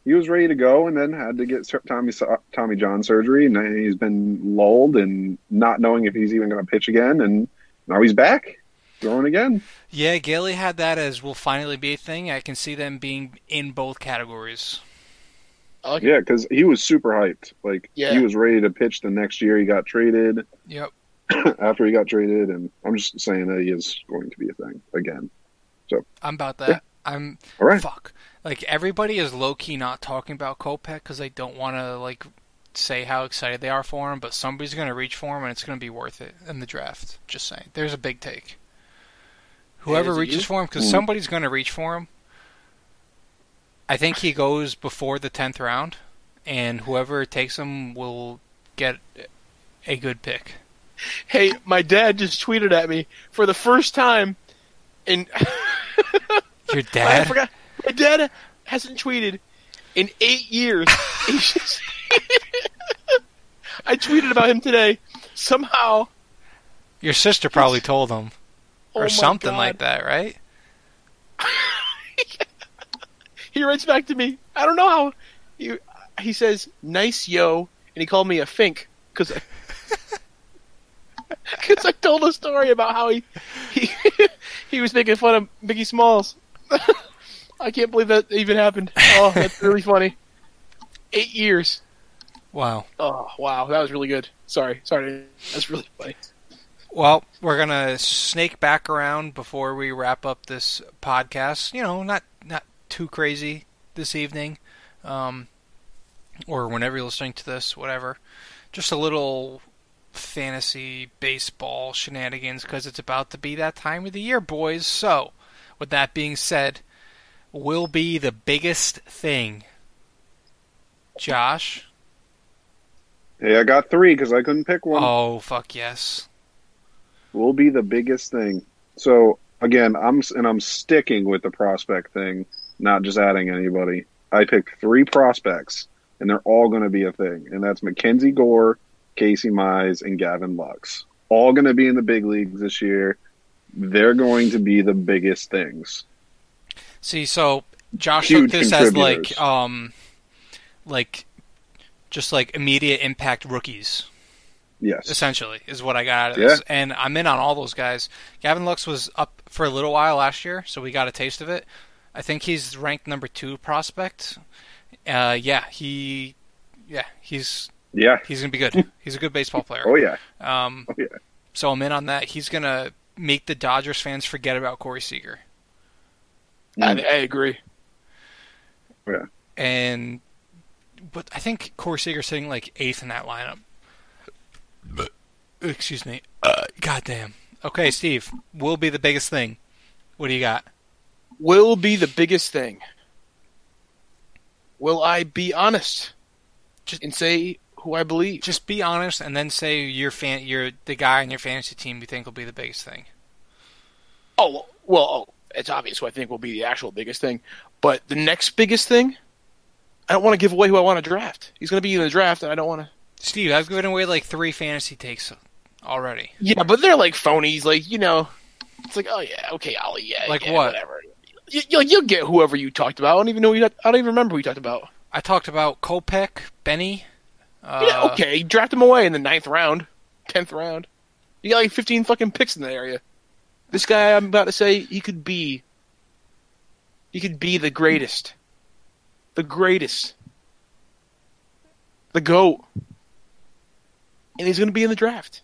He was ready to go, and then had to get sur- Tommy Sa- Tommy John surgery, and then he's been lulled and not knowing if he's even going to pitch again, and now he's back throwing again.
yeah gailey had that as will finally be a thing i can see them being in both categories
I like it.
Yeah, because he was super hyped. Like
Yeah.
he was ready to pitch the next year. He got traded
yep
after he got traded, and I'm just saying that he is going to be a thing again.
I'm about that.
Yeah.
I'm
All right.
fuck. Like everybody is low key not talking about Kopech because they don't want to like say how excited they are for him, but somebody's gonna reach for him and it's gonna be worth it in the draft. Just saying, there's a big take. Whoever
is it
reaches
you? Hmm.
for him, because
Mm.
somebody's gonna reach for him. I think he goes before the tenth round, and whoever takes him will get a good pick.
Hey, my dad just tweeted at me for the first time, and
Your
I
dad.
forgot my dad hasn't tweeted in eight years. He's just- I tweeted about him today. Somehow,
Your sister probably told him.
oh my
or something
God.
like that, right?
He writes back to me. I don't know how. He, he says, "Nice yo," and he called me a fink because I, 'cause I told a story about how he he he was making fun of Mickey Smalls. I can't believe that even happened. Oh, that's really funny. Eight years.
Wow.
Oh wow, that was really good. Sorry, sorry, that's really funny.
Well, we're gonna snake back around before we wrap up this podcast. You know, not not too crazy this evening, um, or whenever you're listening to this, whatever. Just a little fantasy baseball shenanigans because it's about to be that time of the year, boys. So, with that being said, will be the biggest thing, Josh.
Hey, I got three because I couldn't pick one.
Oh fuck yes.
Will be the biggest thing. So again, I'm and I'm sticking with the prospect thing, not just adding anybody. I picked three prospects, and they're all going to be a thing, and that's Mackenzie Gore, Casey Mize, and Gavin Lux. All going to be in the big leagues this year. They're going to be the biggest things.
See, so Josh
Huge
took this as like
contributors.
um like just like immediate impact rookies,
Yes.
essentially, is what I got out of
Yeah.
this. And I'm in on all those guys. Gavin Lux was up for a little while last year, so we got a taste of it. I think he's ranked number two prospect. Uh, yeah, he yeah, he's
Yeah.
he's gonna be good. he's a good baseball player.
Oh yeah.
Um,
yeah.
So I'm in on that. He's gonna make the Dodgers fans forget about Corey Seager.
I, I agree.
and but I think Corey Seager's sitting like eighth in that lineup. Excuse me. Uh, goddamn. Okay, Steve. Will be the biggest thing. What do you got?
Will be the biggest thing. Will I be honest
Just-
and say who I believe?
Just be honest, and then say your fan, your the guy on your fantasy team you think will be the biggest thing.
Oh well, oh, it's obvious who I think will be the actual biggest thing. But the next biggest thing, I don't want to give away who I want to draft. He's going to be in the draft, and I don't want to.
Steve, I've given away like three fantasy takes already.
Yeah, but they're like phonies. Like you know, it's like oh yeah, okay, Ollie, yeah,
Like
yeah,
what?
whatever. You, you'll, you'll get whoever you talked about. I don't even know. Who you, I don't even remember who you talked about.
I talked about Kopech, Benny. Uh,
yeah, okay, you draft him away in the ninth round, tenth round. You got like fifteen fucking picks in that area. This guy, I'm about to say, he could be. He could be the greatest, the greatest, the goat, and he's going to be in the draft.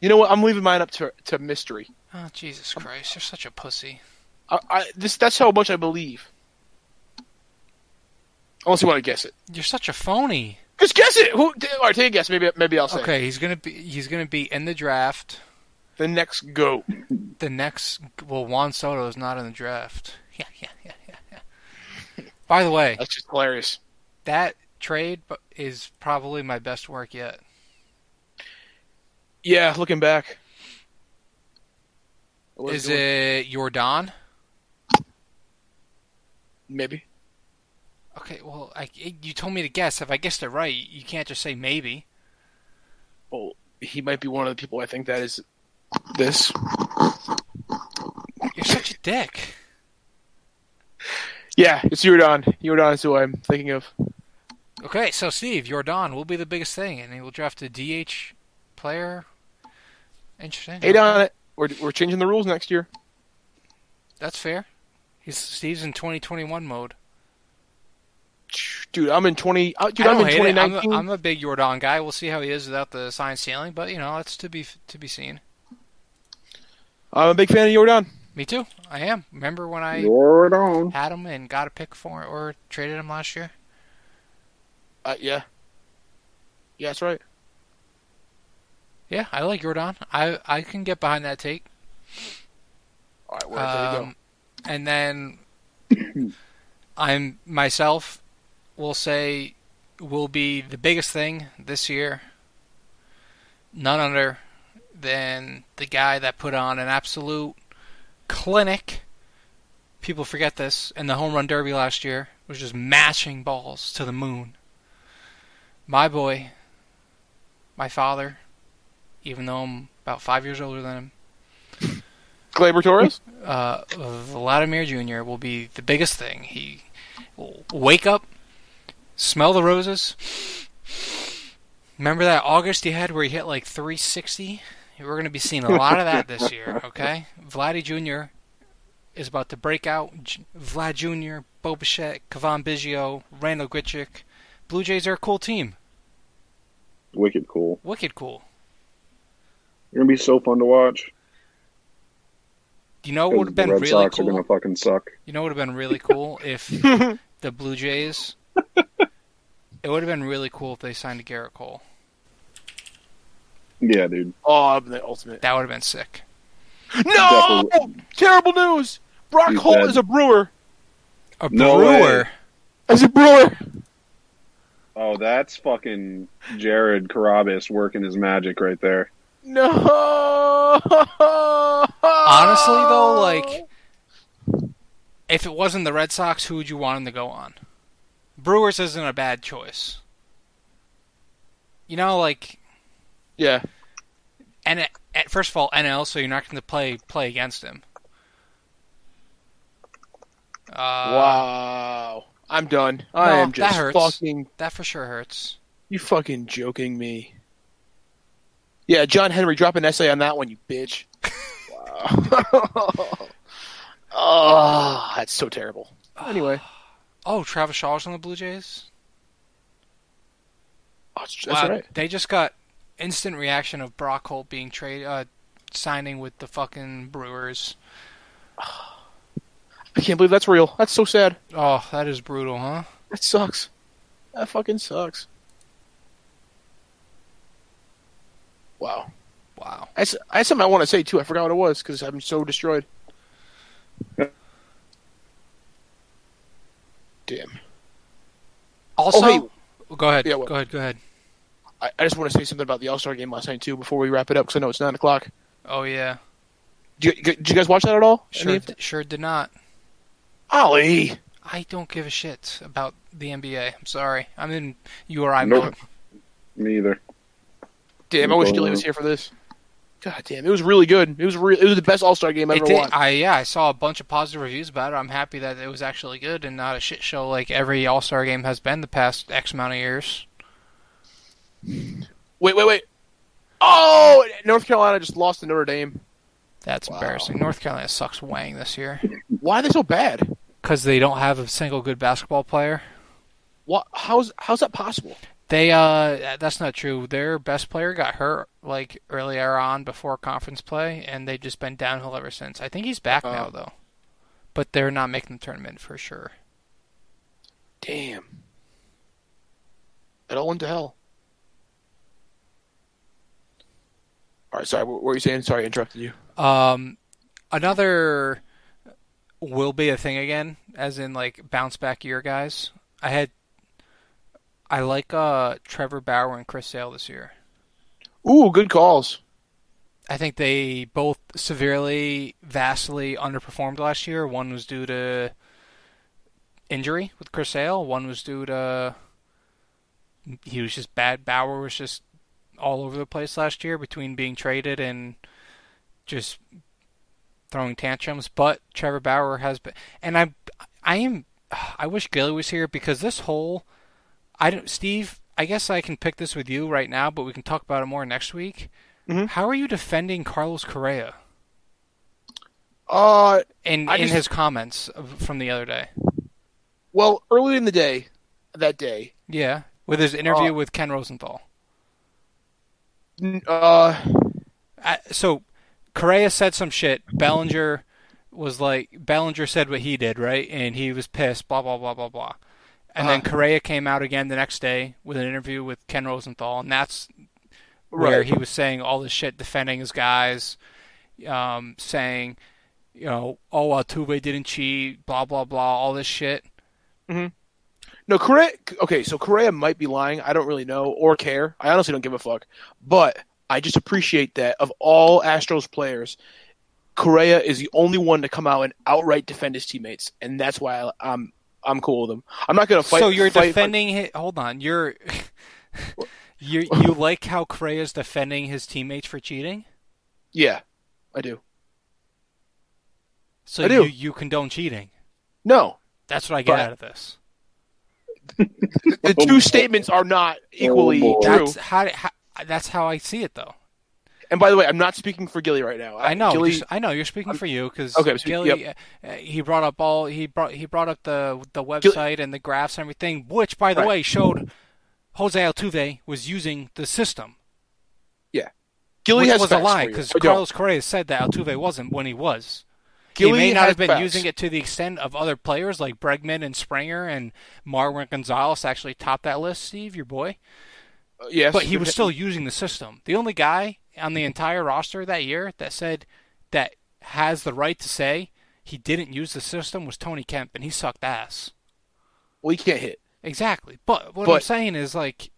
You know what? I'm leaving mine up to to mystery.
Oh, Jesus Christ, you're such a pussy.
I, I, this that's how much I believe. Unless you want to guess it,
You're such a phony.
just guess it. Who? All right, take a guess. Maybe maybe I'll say. it.
Okay, he's gonna be he's gonna be in the draft.
the next goat.
The next well, Juan Soto is not in the draft. Yeah, yeah, yeah, yeah, yeah. By the way,
That's just hilarious.
that trade bu- is probably my best work yet.
Yeah, looking back. What
Is
was doing?
it Jordan?
maybe?
Okay, well, I, you told me to guess. If I guessed it right, you can't just say maybe.
Well, he might be one of the people I think that is this.
You're such a dick.
Yeah, it's Jordan. Jordan is who I'm thinking of.
Okay, so Steve, Jordan will be the biggest thing, and he will draft a DH player. Interesting.
Hey, Don, we're we're changing the rules next year.
That's fair. He's Steve's in 2021 mode.
Dude, I'm in twenty. uh, Dude,
I
I'm
don't
in
hate it. I'm, a-
2019.
I'm a big Jordan guy. We'll see how he is without the sign ceiling, but you know that's to be to be seen.
I'm a big fan of Jordan.
Me too. I am. Remember when I
You're on.
had him and got a pick for or traded him last year?
Uh, yeah. Yeah, that's right.
Yeah, I like Jordan. I I can get behind that take.
All right, well, there you go.
Um, And then I'm myself will say will be the biggest thing this year. None other than the guy that put on an absolute clinic. People forget this in the home run derby last year was just mashing balls to the moon. My boy, my father, even though I'm about five years older than him,
Glaber Torres.
uh, Vladimir Jr. will be the biggest thing. He will wake up, smell the roses. Remember that August he had where he hit like 360? We're going to be seeing a lot of that this year, okay? Vladdy Jr. is about to break out. J- Vlad Jr., Bo Bichette, Kavan Biggio, Randall Gritchick, Blue Jays are a cool team.
Wicked cool.
Wicked cool.
They're gonna be so fun to watch.
You know what
'cause
would have been
the Red
really
Sox
cool?
are gonna fucking suck.
You know what would have been really cool if the Blue Jays. it would have been really cool if they signed Garrett Cole.
Yeah, dude.
Oh, I'm the ultimate.
That would have been sick.
No! Terrible news! Brock
He's
Holt
dead.
is a brewer.
A
No
Brewer.
way.
As a brewer.
Oh, that's fucking Jared Carabas working his magic right there.
No.
Honestly,
Honestly,
though, like, if it wasn't the Red Sox, who would you want him to go on? Brewers isn't a bad choice. You know, like,
Yeah.
and it- at, first of all, NL, so you're not going to play play against him. Uh,
wow. I'm done. I
no,
am just
that hurts.
fucking.
That for sure hurts.
You fucking joking me. Yeah, John Henry, drop an essay on that one, you bitch. Wow. oh, that's so terrible. Anyway.
Oh, Travis Shaw's on the Blue Jays.
Oh, that's
Wow,
right.
They just got instant reaction of Brock Holt being trade uh, signing with the fucking Brewers.
I can't believe that's real. That's so sad.
Oh, that is brutal, huh?
That sucks. That fucking sucks. Wow.
Wow.
I, s- I had something I want to say too. I forgot what it was because I'm so destroyed. Damn.
Also,
Oh,
Oh,
hey.
go ahead.
Yeah, what?
Go ahead. Go ahead.
I, I just want to say something about the All Star game last night too before we wrap it up because I know it's nine o'clock.
Oh yeah.
Did you, did you guys watch that at all?
Sure.
Any of-
d- sure did not.
Ollie.
I don't give a shit about the NBA. I'm sorry. I'm in URI
Nope.
mode.
Me either.
Damn, I wish Gilly was here for this. God damn, it was really good. It was re- it was the best All Star game I
It
ever
did,
watched.
I yeah. I saw a bunch of positive reviews about it. I'm happy that it was actually good and not a shit show like every All Star game has been the past X amount of years.
Wait, wait, wait. Oh, North Carolina just lost to Notre Dame.
That's
Wow.
embarrassing. North Carolina sucks wang this year.
Why are they so bad?
because they don't have a single good basketball player.
What? How's how's that possible?
They uh, that's not true. Their best player got hurt like earlier on before conference play, and they've just been downhill ever since. I think he's back now
Oh.
though, but they're not making the tournament for sure.
Damn. It all went to hell. All right, sorry. What what were you saying? Sorry, I interrupted you.
Um, another will be a thing again, as in like bounce back year guys. I had I like uh Trevor Bauer and Chris Sale this year.
Ooh, good calls.
I think they both severely, vastly underperformed last year. One was due to injury with Chris Sale. One was due to he was just bad. Bauer was just all over the place last year between being traded and just throwing tantrums. But Trevor Bauer has been, and I, I am, I wish Gilly was here because this whole, I don't, Steve. I guess I can pick this with you right now, but we can talk about it more next week. How are you defending Carlos Correa
Uh,
in,
I
in
just-
his comments of- from the other day?
well, early in the day, that day,
Yeah, with his interview
Uh,
with Ken Rosenthal.
n- uh,
I, so Correa said some shit. Bellinger was like Bellinger said what he did, right? And he was pissed. Blah blah blah blah blah. And then
Uh-huh.
Correa came out again the next day with an interview with Ken Rosenthal, and that's where
Right.
he was saying all this shit, defending his guys, um, saying, you know, oh Altuve didn't cheat, blah blah blah, all this shit.
no, Correa. Okay, so Correa might be lying. I don't really know or care. I honestly don't give a fuck. But I just appreciate that of all Astros players, Correa is the only one to come out and outright defend his teammates, and that's why I, I'm I'm cool with him. I'm not gonna fight.
so you're
fight-
defending hi Hold on, you're you you like how Correa's defending his teammates for cheating?
Yeah, I do.
So
I do.
you you condone cheating?
No,
That's what I get
But-
out of this.
the
Oh,
two statements are not equally
boy.
true.
That's how, how that's how I see it though.
And by the way, I'm not speaking for Gilly right now.
I know.
Uh, Gilly,
just- I know. You're speaking for you because
Okay, I'm speaking-
Gilly, uh, he brought up all he brought he brought up the the
Gil-
website and the graphs and everything, which by the
Right.
way showed Jose Altuve was using the system,
Gilly
which
has
was a
facts
lie
for you.
because
I don't.
Carlos Correa said that Altuve wasn't when he was.
Gilly
he may not
has
have been
facts.
using it to the extent of other players like Bregman and Springer and Marwin Gonzalez actually topped that list. Steve, your boy,
Uh, yes,
but he was still using the system. The only guy on the entire roster that year that said that has the right to say he didn't use the system was Tony Kemp, and he sucked ass.
Well, he can't hit.
Exactly. But what I'm
But-
saying is like,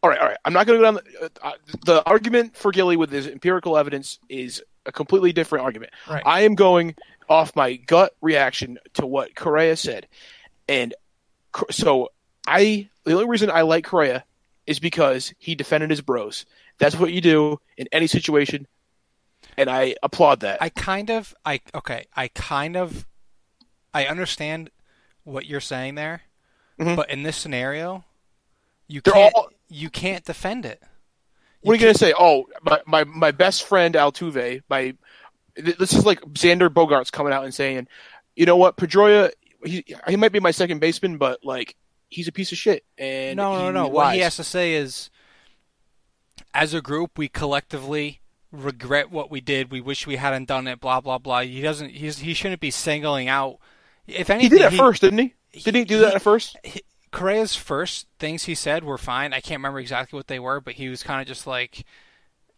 All right, all right. I'm not going to go down. The, uh, uh, the argument for Gilly with his empirical evidence is a completely different argument.
Right.
I am going off my gut reaction to what Correa said, and Cor- so I. The only reason I like Correa is because he defended his bros. That's what you do in any situation, and I applaud that.
I kind of, I okay, I kind of, I understand what you're saying there,
Mhm.
but in this scenario, you
They're
can't,
all-
you can't defend it.
what are you going to say? Oh, my, my my best friend Altuve. My th- this is like Xander Bogarts coming out and saying, you know what, Pedroia, he he might be my second baseman, but like he's a piece of shit. And
no, no,
he
no. What he
lies."
has to say is, as a group, we collectively regret what we did. We wish we hadn't done it. Blah blah blah. He doesn't. He's, he shouldn't be singling out. If
he
anything,
did at first, didn't he? Did he do that at first?
he- Correa's first things he said were fine. I can't remember exactly what they were, but he was kind of just like,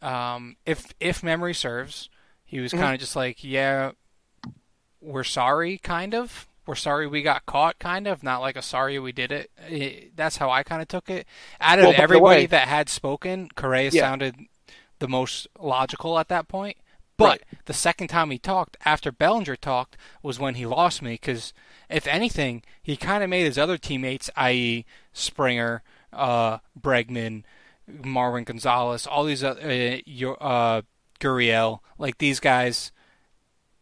um, if if memory serves, he was
Mm-hmm.
kind of just like, yeah, we're sorry, kind of. We're sorry we got caught, kind of. Not like a sorry we did it. It- that's how I kind of took it. Out of
Well, by the
everybody
way-
that had spoken, Correa
Yeah.
sounded the most logical at that point. But
Right.
the second time he talked after Bellinger talked was when he lost me because if anything, he kind of made his other teammates, i.e., Springer, uh, Bregman, Marwin Gonzalez, all these other uh, your- uh, Gurriel, like these guys.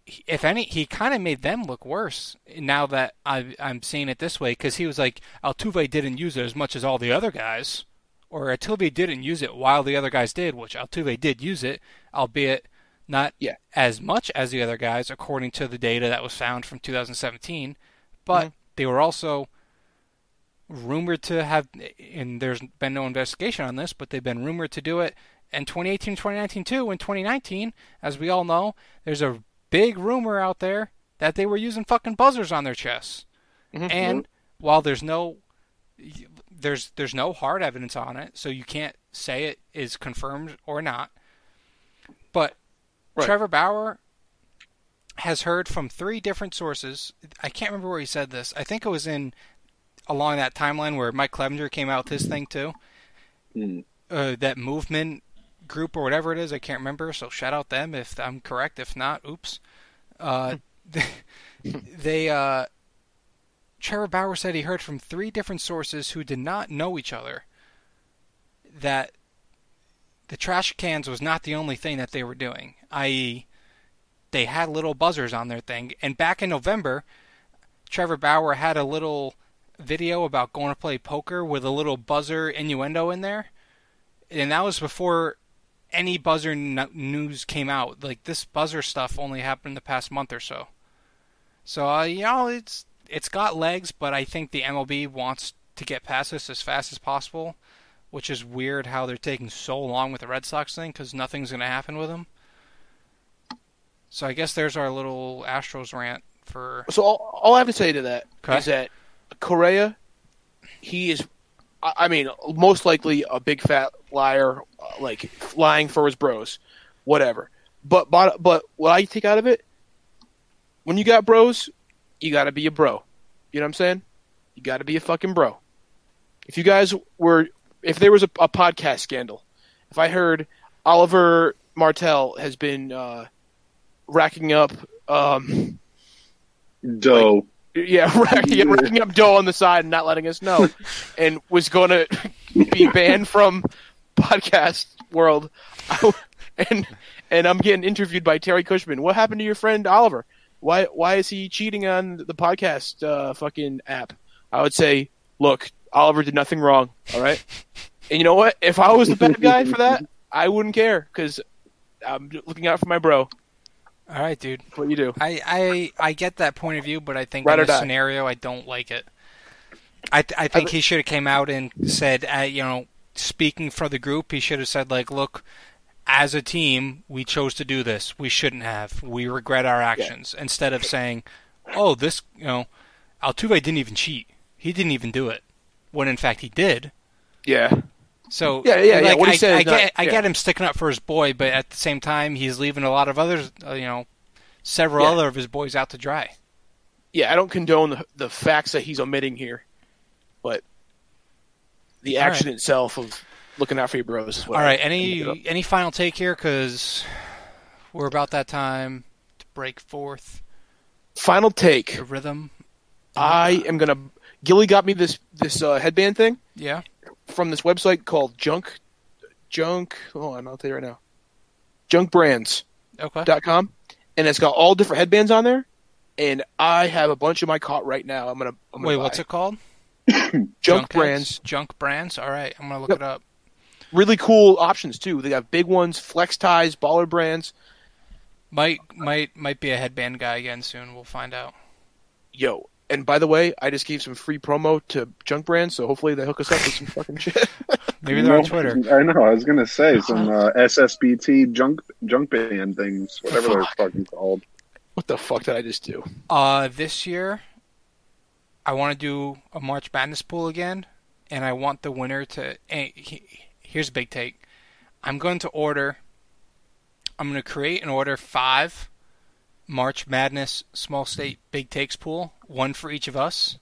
he- If any, he kind of made them look worse. Now that I, I'm seeing it this way, because he was like Altuve didn't use it as much as all the other guys, or Altuve didn't use it while the other guys did, which Altuve did use it, albeit not
Yeah.
as much as the other guys, according to the data that was found from 2017. But they were also rumored to have, and there's been no investigation on this, but they've been rumored to do it in 2018, 2019 too. In 2019, as we all know, there's a big rumor out there that they were using fucking buzzers on their chests. And while there's no there's there's no hard evidence on it, so you can't say it is confirmed or not. But
Right.
Trevor Bauer has heard from three different sources. I can't remember where he said this. I think it was in along that timeline where Mike Clevenger came out with his thing too.
Hmm.
Uh, that movement group or whatever it is, I can't remember. So shout out them if I'm correct. If not, oops. Uh, they uh, Trevor Bauer said he heard from three different sources who did not know each other that the trash cans was not the only thing that they were doing, i.e., they had little buzzers on their thing. And back in November, Trevor Bauer had a little video about going to play poker with a little buzzer innuendo in there. And that was before any buzzer n- news came out. Like, this buzzer stuff only happened in the past month or so. So uh, you know it's it's got legs, but I think the MLB wants to get past this as fast as possible, which is weird how they're taking so long with the Red Sox thing because nothing's going to happen with them. So I guess there's our little Astros rant for
So all, all I have to say to that is
Okay.
that Correa, he is, I I mean, most likely a big fat liar, uh, like lying for his bros, whatever. But but but what I take out of it, when you got bros, you got to be a bro. You know what I'm saying? You got to be a fucking bro. If you guys were, if there was a, a podcast scandal, if I heard Oliver Martel has been uh, racking up. Um,
Doe.
yeah, racking, racking up dough on the side and not letting us know, and was going to be banned from podcast world. and and I'm getting interviewed by Terry Cushman. What happened to your friend Oliver? Why why is he cheating on the podcast uh, fucking app? I would say, look, Oliver did nothing wrong. All right, and you know what? If I was the bad guy for that, I wouldn't care because I'm looking out for my bro.
All right, dude.
That's what you do?
I, I I get that point of view, but I think
Ride or
in this
die.
scenario, I don't like it. I th- I think he should have came out and said, uh, you know, speaking for the group, he should have said like, look, as a team, we chose to do this. We shouldn't have. We regret our actions. Instead of saying, oh, this, you know, Altuve didn't even cheat. He didn't even do it. When in fact he did.
Yeah.
So
Yeah, yeah, yeah.
like,
What he
I,
said
I
is not-
get, I
yeah.
get him sticking up for his boy, but at the same time, he's leaving a lot of others, uh, you know, several
Yeah.
other of his boys out to dry.
Yeah, I don't condone the, the facts that he's omitting here, but the
All
action itself of looking out for your bros is what
All
I-
right,
I give up.
any any final take here because we're about that time to break forth
final take.
the rhythm.
I am gonna. Gilly got me this this uh, headband thing
Yeah,
from this website called Junk Junk. Hold on, I'll tell you right now. Junkbrands.com,
okay.
and it's got all different headbands on there. And I have a bunch of my caught right now. I'm gonna. I'm gonna
Wait,
buy.
what's it called?
Junk
Junkheads?
brands.
Junk brands. All right, I'm gonna look
Yep.
it up.
Really cool options too. They got big ones, flex ties, baller brands.
Might might might be a headband guy again soon. We'll find out.
yo and by the way i just gave some free promo to junk brands so hopefully they hook us up with some fucking shit
Maybe they're on
No,
Twitter.
I know. I was gonna say some uh, SSBT junk junk band things, whatever they're
Fuck.
fucking called.
what the fuck did i just do
Uh, this year, I want to do a March Madness pool again, and I want the winner to. And he- here's a big take: I'm going to order. I'm going to create and order five March Madness small state big takes pool, one for each of us,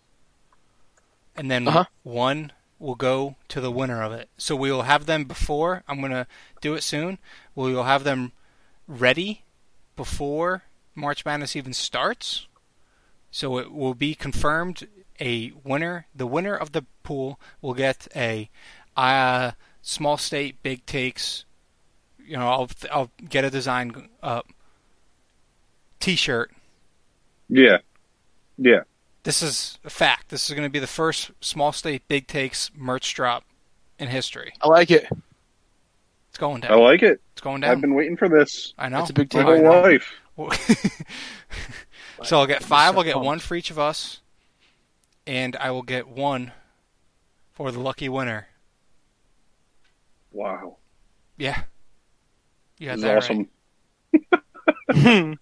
and then
Uh-huh.
one will go to the winner of it. So we will have them before. I'm going to do it soon. We will have them ready before March Madness even starts. So it will be confirmed a winner. The winner of the pool will get a uh, small state big takes. You know, I'll I'll get a design uh, T-shirt.
Yeah, yeah.
This is a fact. This is going to be the first small state big takes merch drop in history.
i like it
It's going
I
down.
like it.
It's going
I've
down.
been waiting for this
I know.
That's a big
my
take.
I
whole
know.
life.
so I'll get five.
so
I'll get
pumped.
one for each of us, and I will get one for the lucky winner.
Wow,
Yeah. You got
this is
that right.
awesome.
I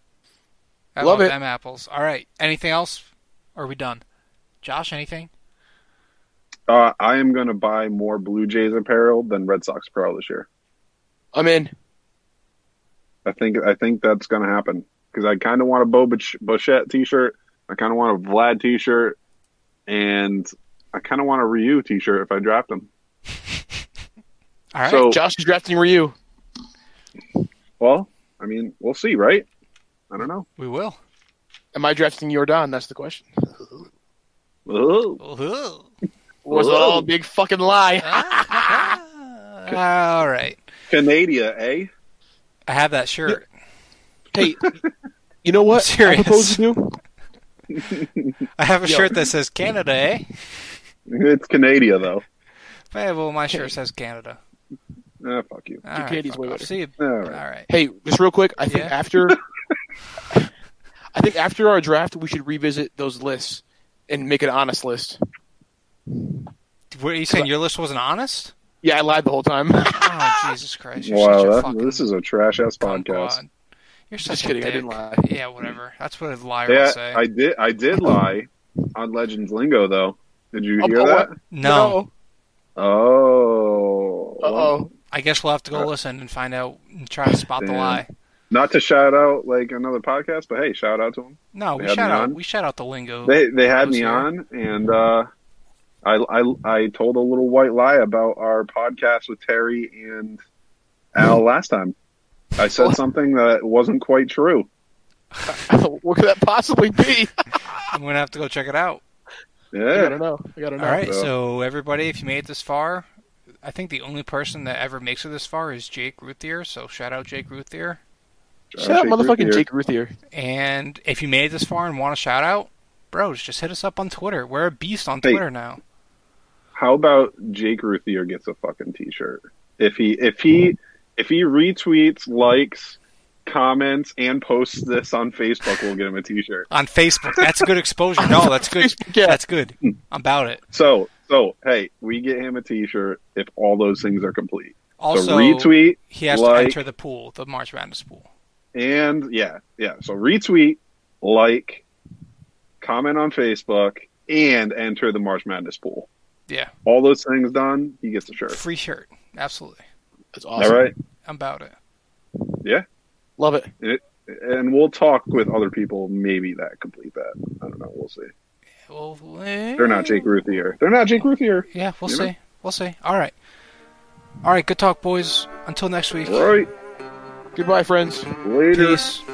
Love
love,
it.
them apples. All right. Anything else? Are we done? Josh, anything?
Uh, I am gonna buy more Blue Jays apparel than Red Sox apparel this year.
i'm in
I think I think that's gonna happen because I kind of want a Bo Buch- Bichette T-shirt. I kind of want a Vlad T-shirt, and I kind of want a Ryu T-shirt if I draft him.
All right.
So
josh is drafting ryu
well, I mean, we'll see, right? I don't know.
we will.
am i drafting jordan that's the question
Ooh.
was it
Whoa.
all a big fucking lie
All right.
Canada, eh?
I have that shirt.
hey you know what
I'm serious.
i propose to do
I have a
Yo.
shirt that says Canada, eh?
It's Canada though.
Hey, well, my shirt says Canada.
Ah, fuck you.
All right,
Canadian's
fuck
way
off.
better.
See you.
All
All
right.
right.
hey just real quick i think
Yeah.
after i think after our draft we should revisit those lists and make an honest list
What are you saying? Your list wasn't honest?
yeah i lied the whole time
Oh, Jesus Christ. You're such a
Wow, that,
fucking
uh, this is a trash ass podcast.
podcast. You're such
just
a
kidding i
dick.
didn't lie
Yeah, whatever. That's what a liar
Yeah,
would say.
I did. I did lie on Legends Lingo, though. Did you
Oh,
hear
but
that?
No.
Oh,
uh oh
I guess we'll have to go
Uh,
listen and find out and try to spot the
Damn.
lie.
not to shout out like another podcast, but hey, shout out to them.
No,
They
we
had
shout
me
out.
on.
We shout out the
Oh,
lingo.
They they had
Those
me
here.
on, and uh, I I I told a little white lie about our podcast with Terry and Al
Mm-hmm.
last time. I said something that wasn't quite true.
what could that possibly be?
I'm gonna have to go check it out.
I
Yeah,
gotta know. I gotta know.
All right,
Yeah.
so everybody, if you made it this far, I think the only person that ever makes it this far is Jake Ruthier. So shout out Jake Ruthier.
Shout out
Jake
motherfucking
Ruthier.
Jake Ruthier.
And if you made it this far and want a shout out, bros, just hit us up on Twitter. We're a beast on
Hey.
Twitter now.
How about Jake Ruthier gets a fucking t-shirt? If he if he If he retweets, likes, comments, and posts this on Facebook, we'll get him a T-shirt.
on Facebook. That's good exposure. No, that's good.
Yeah.
That's good. I'm about it.
So, so hey, we get him a T-shirt if all those things are complete. so
Also,
retweet,
he has to
like-
enter the pool, the March Madness pool.
and yeah, yeah. So retweet, like, comment on Facebook, and enter the March Madness pool.
Yeah,
All those things done, he gets a shirt.
free shirt. Absolutely,
That's awesome.
All right,
I'm about it.
Love it.
and we'll talk with other people. Maybe that complete that. I don't know. We'll see.
Well,
They're
Eh.
not Jake Ruthier. They're not Jake Ruthier.
Yeah, we'll
You know?
see. We'll see. All right. All right. Good talk, boys. Until next week.
All right,
Goodbye, friends.
later.
Peace.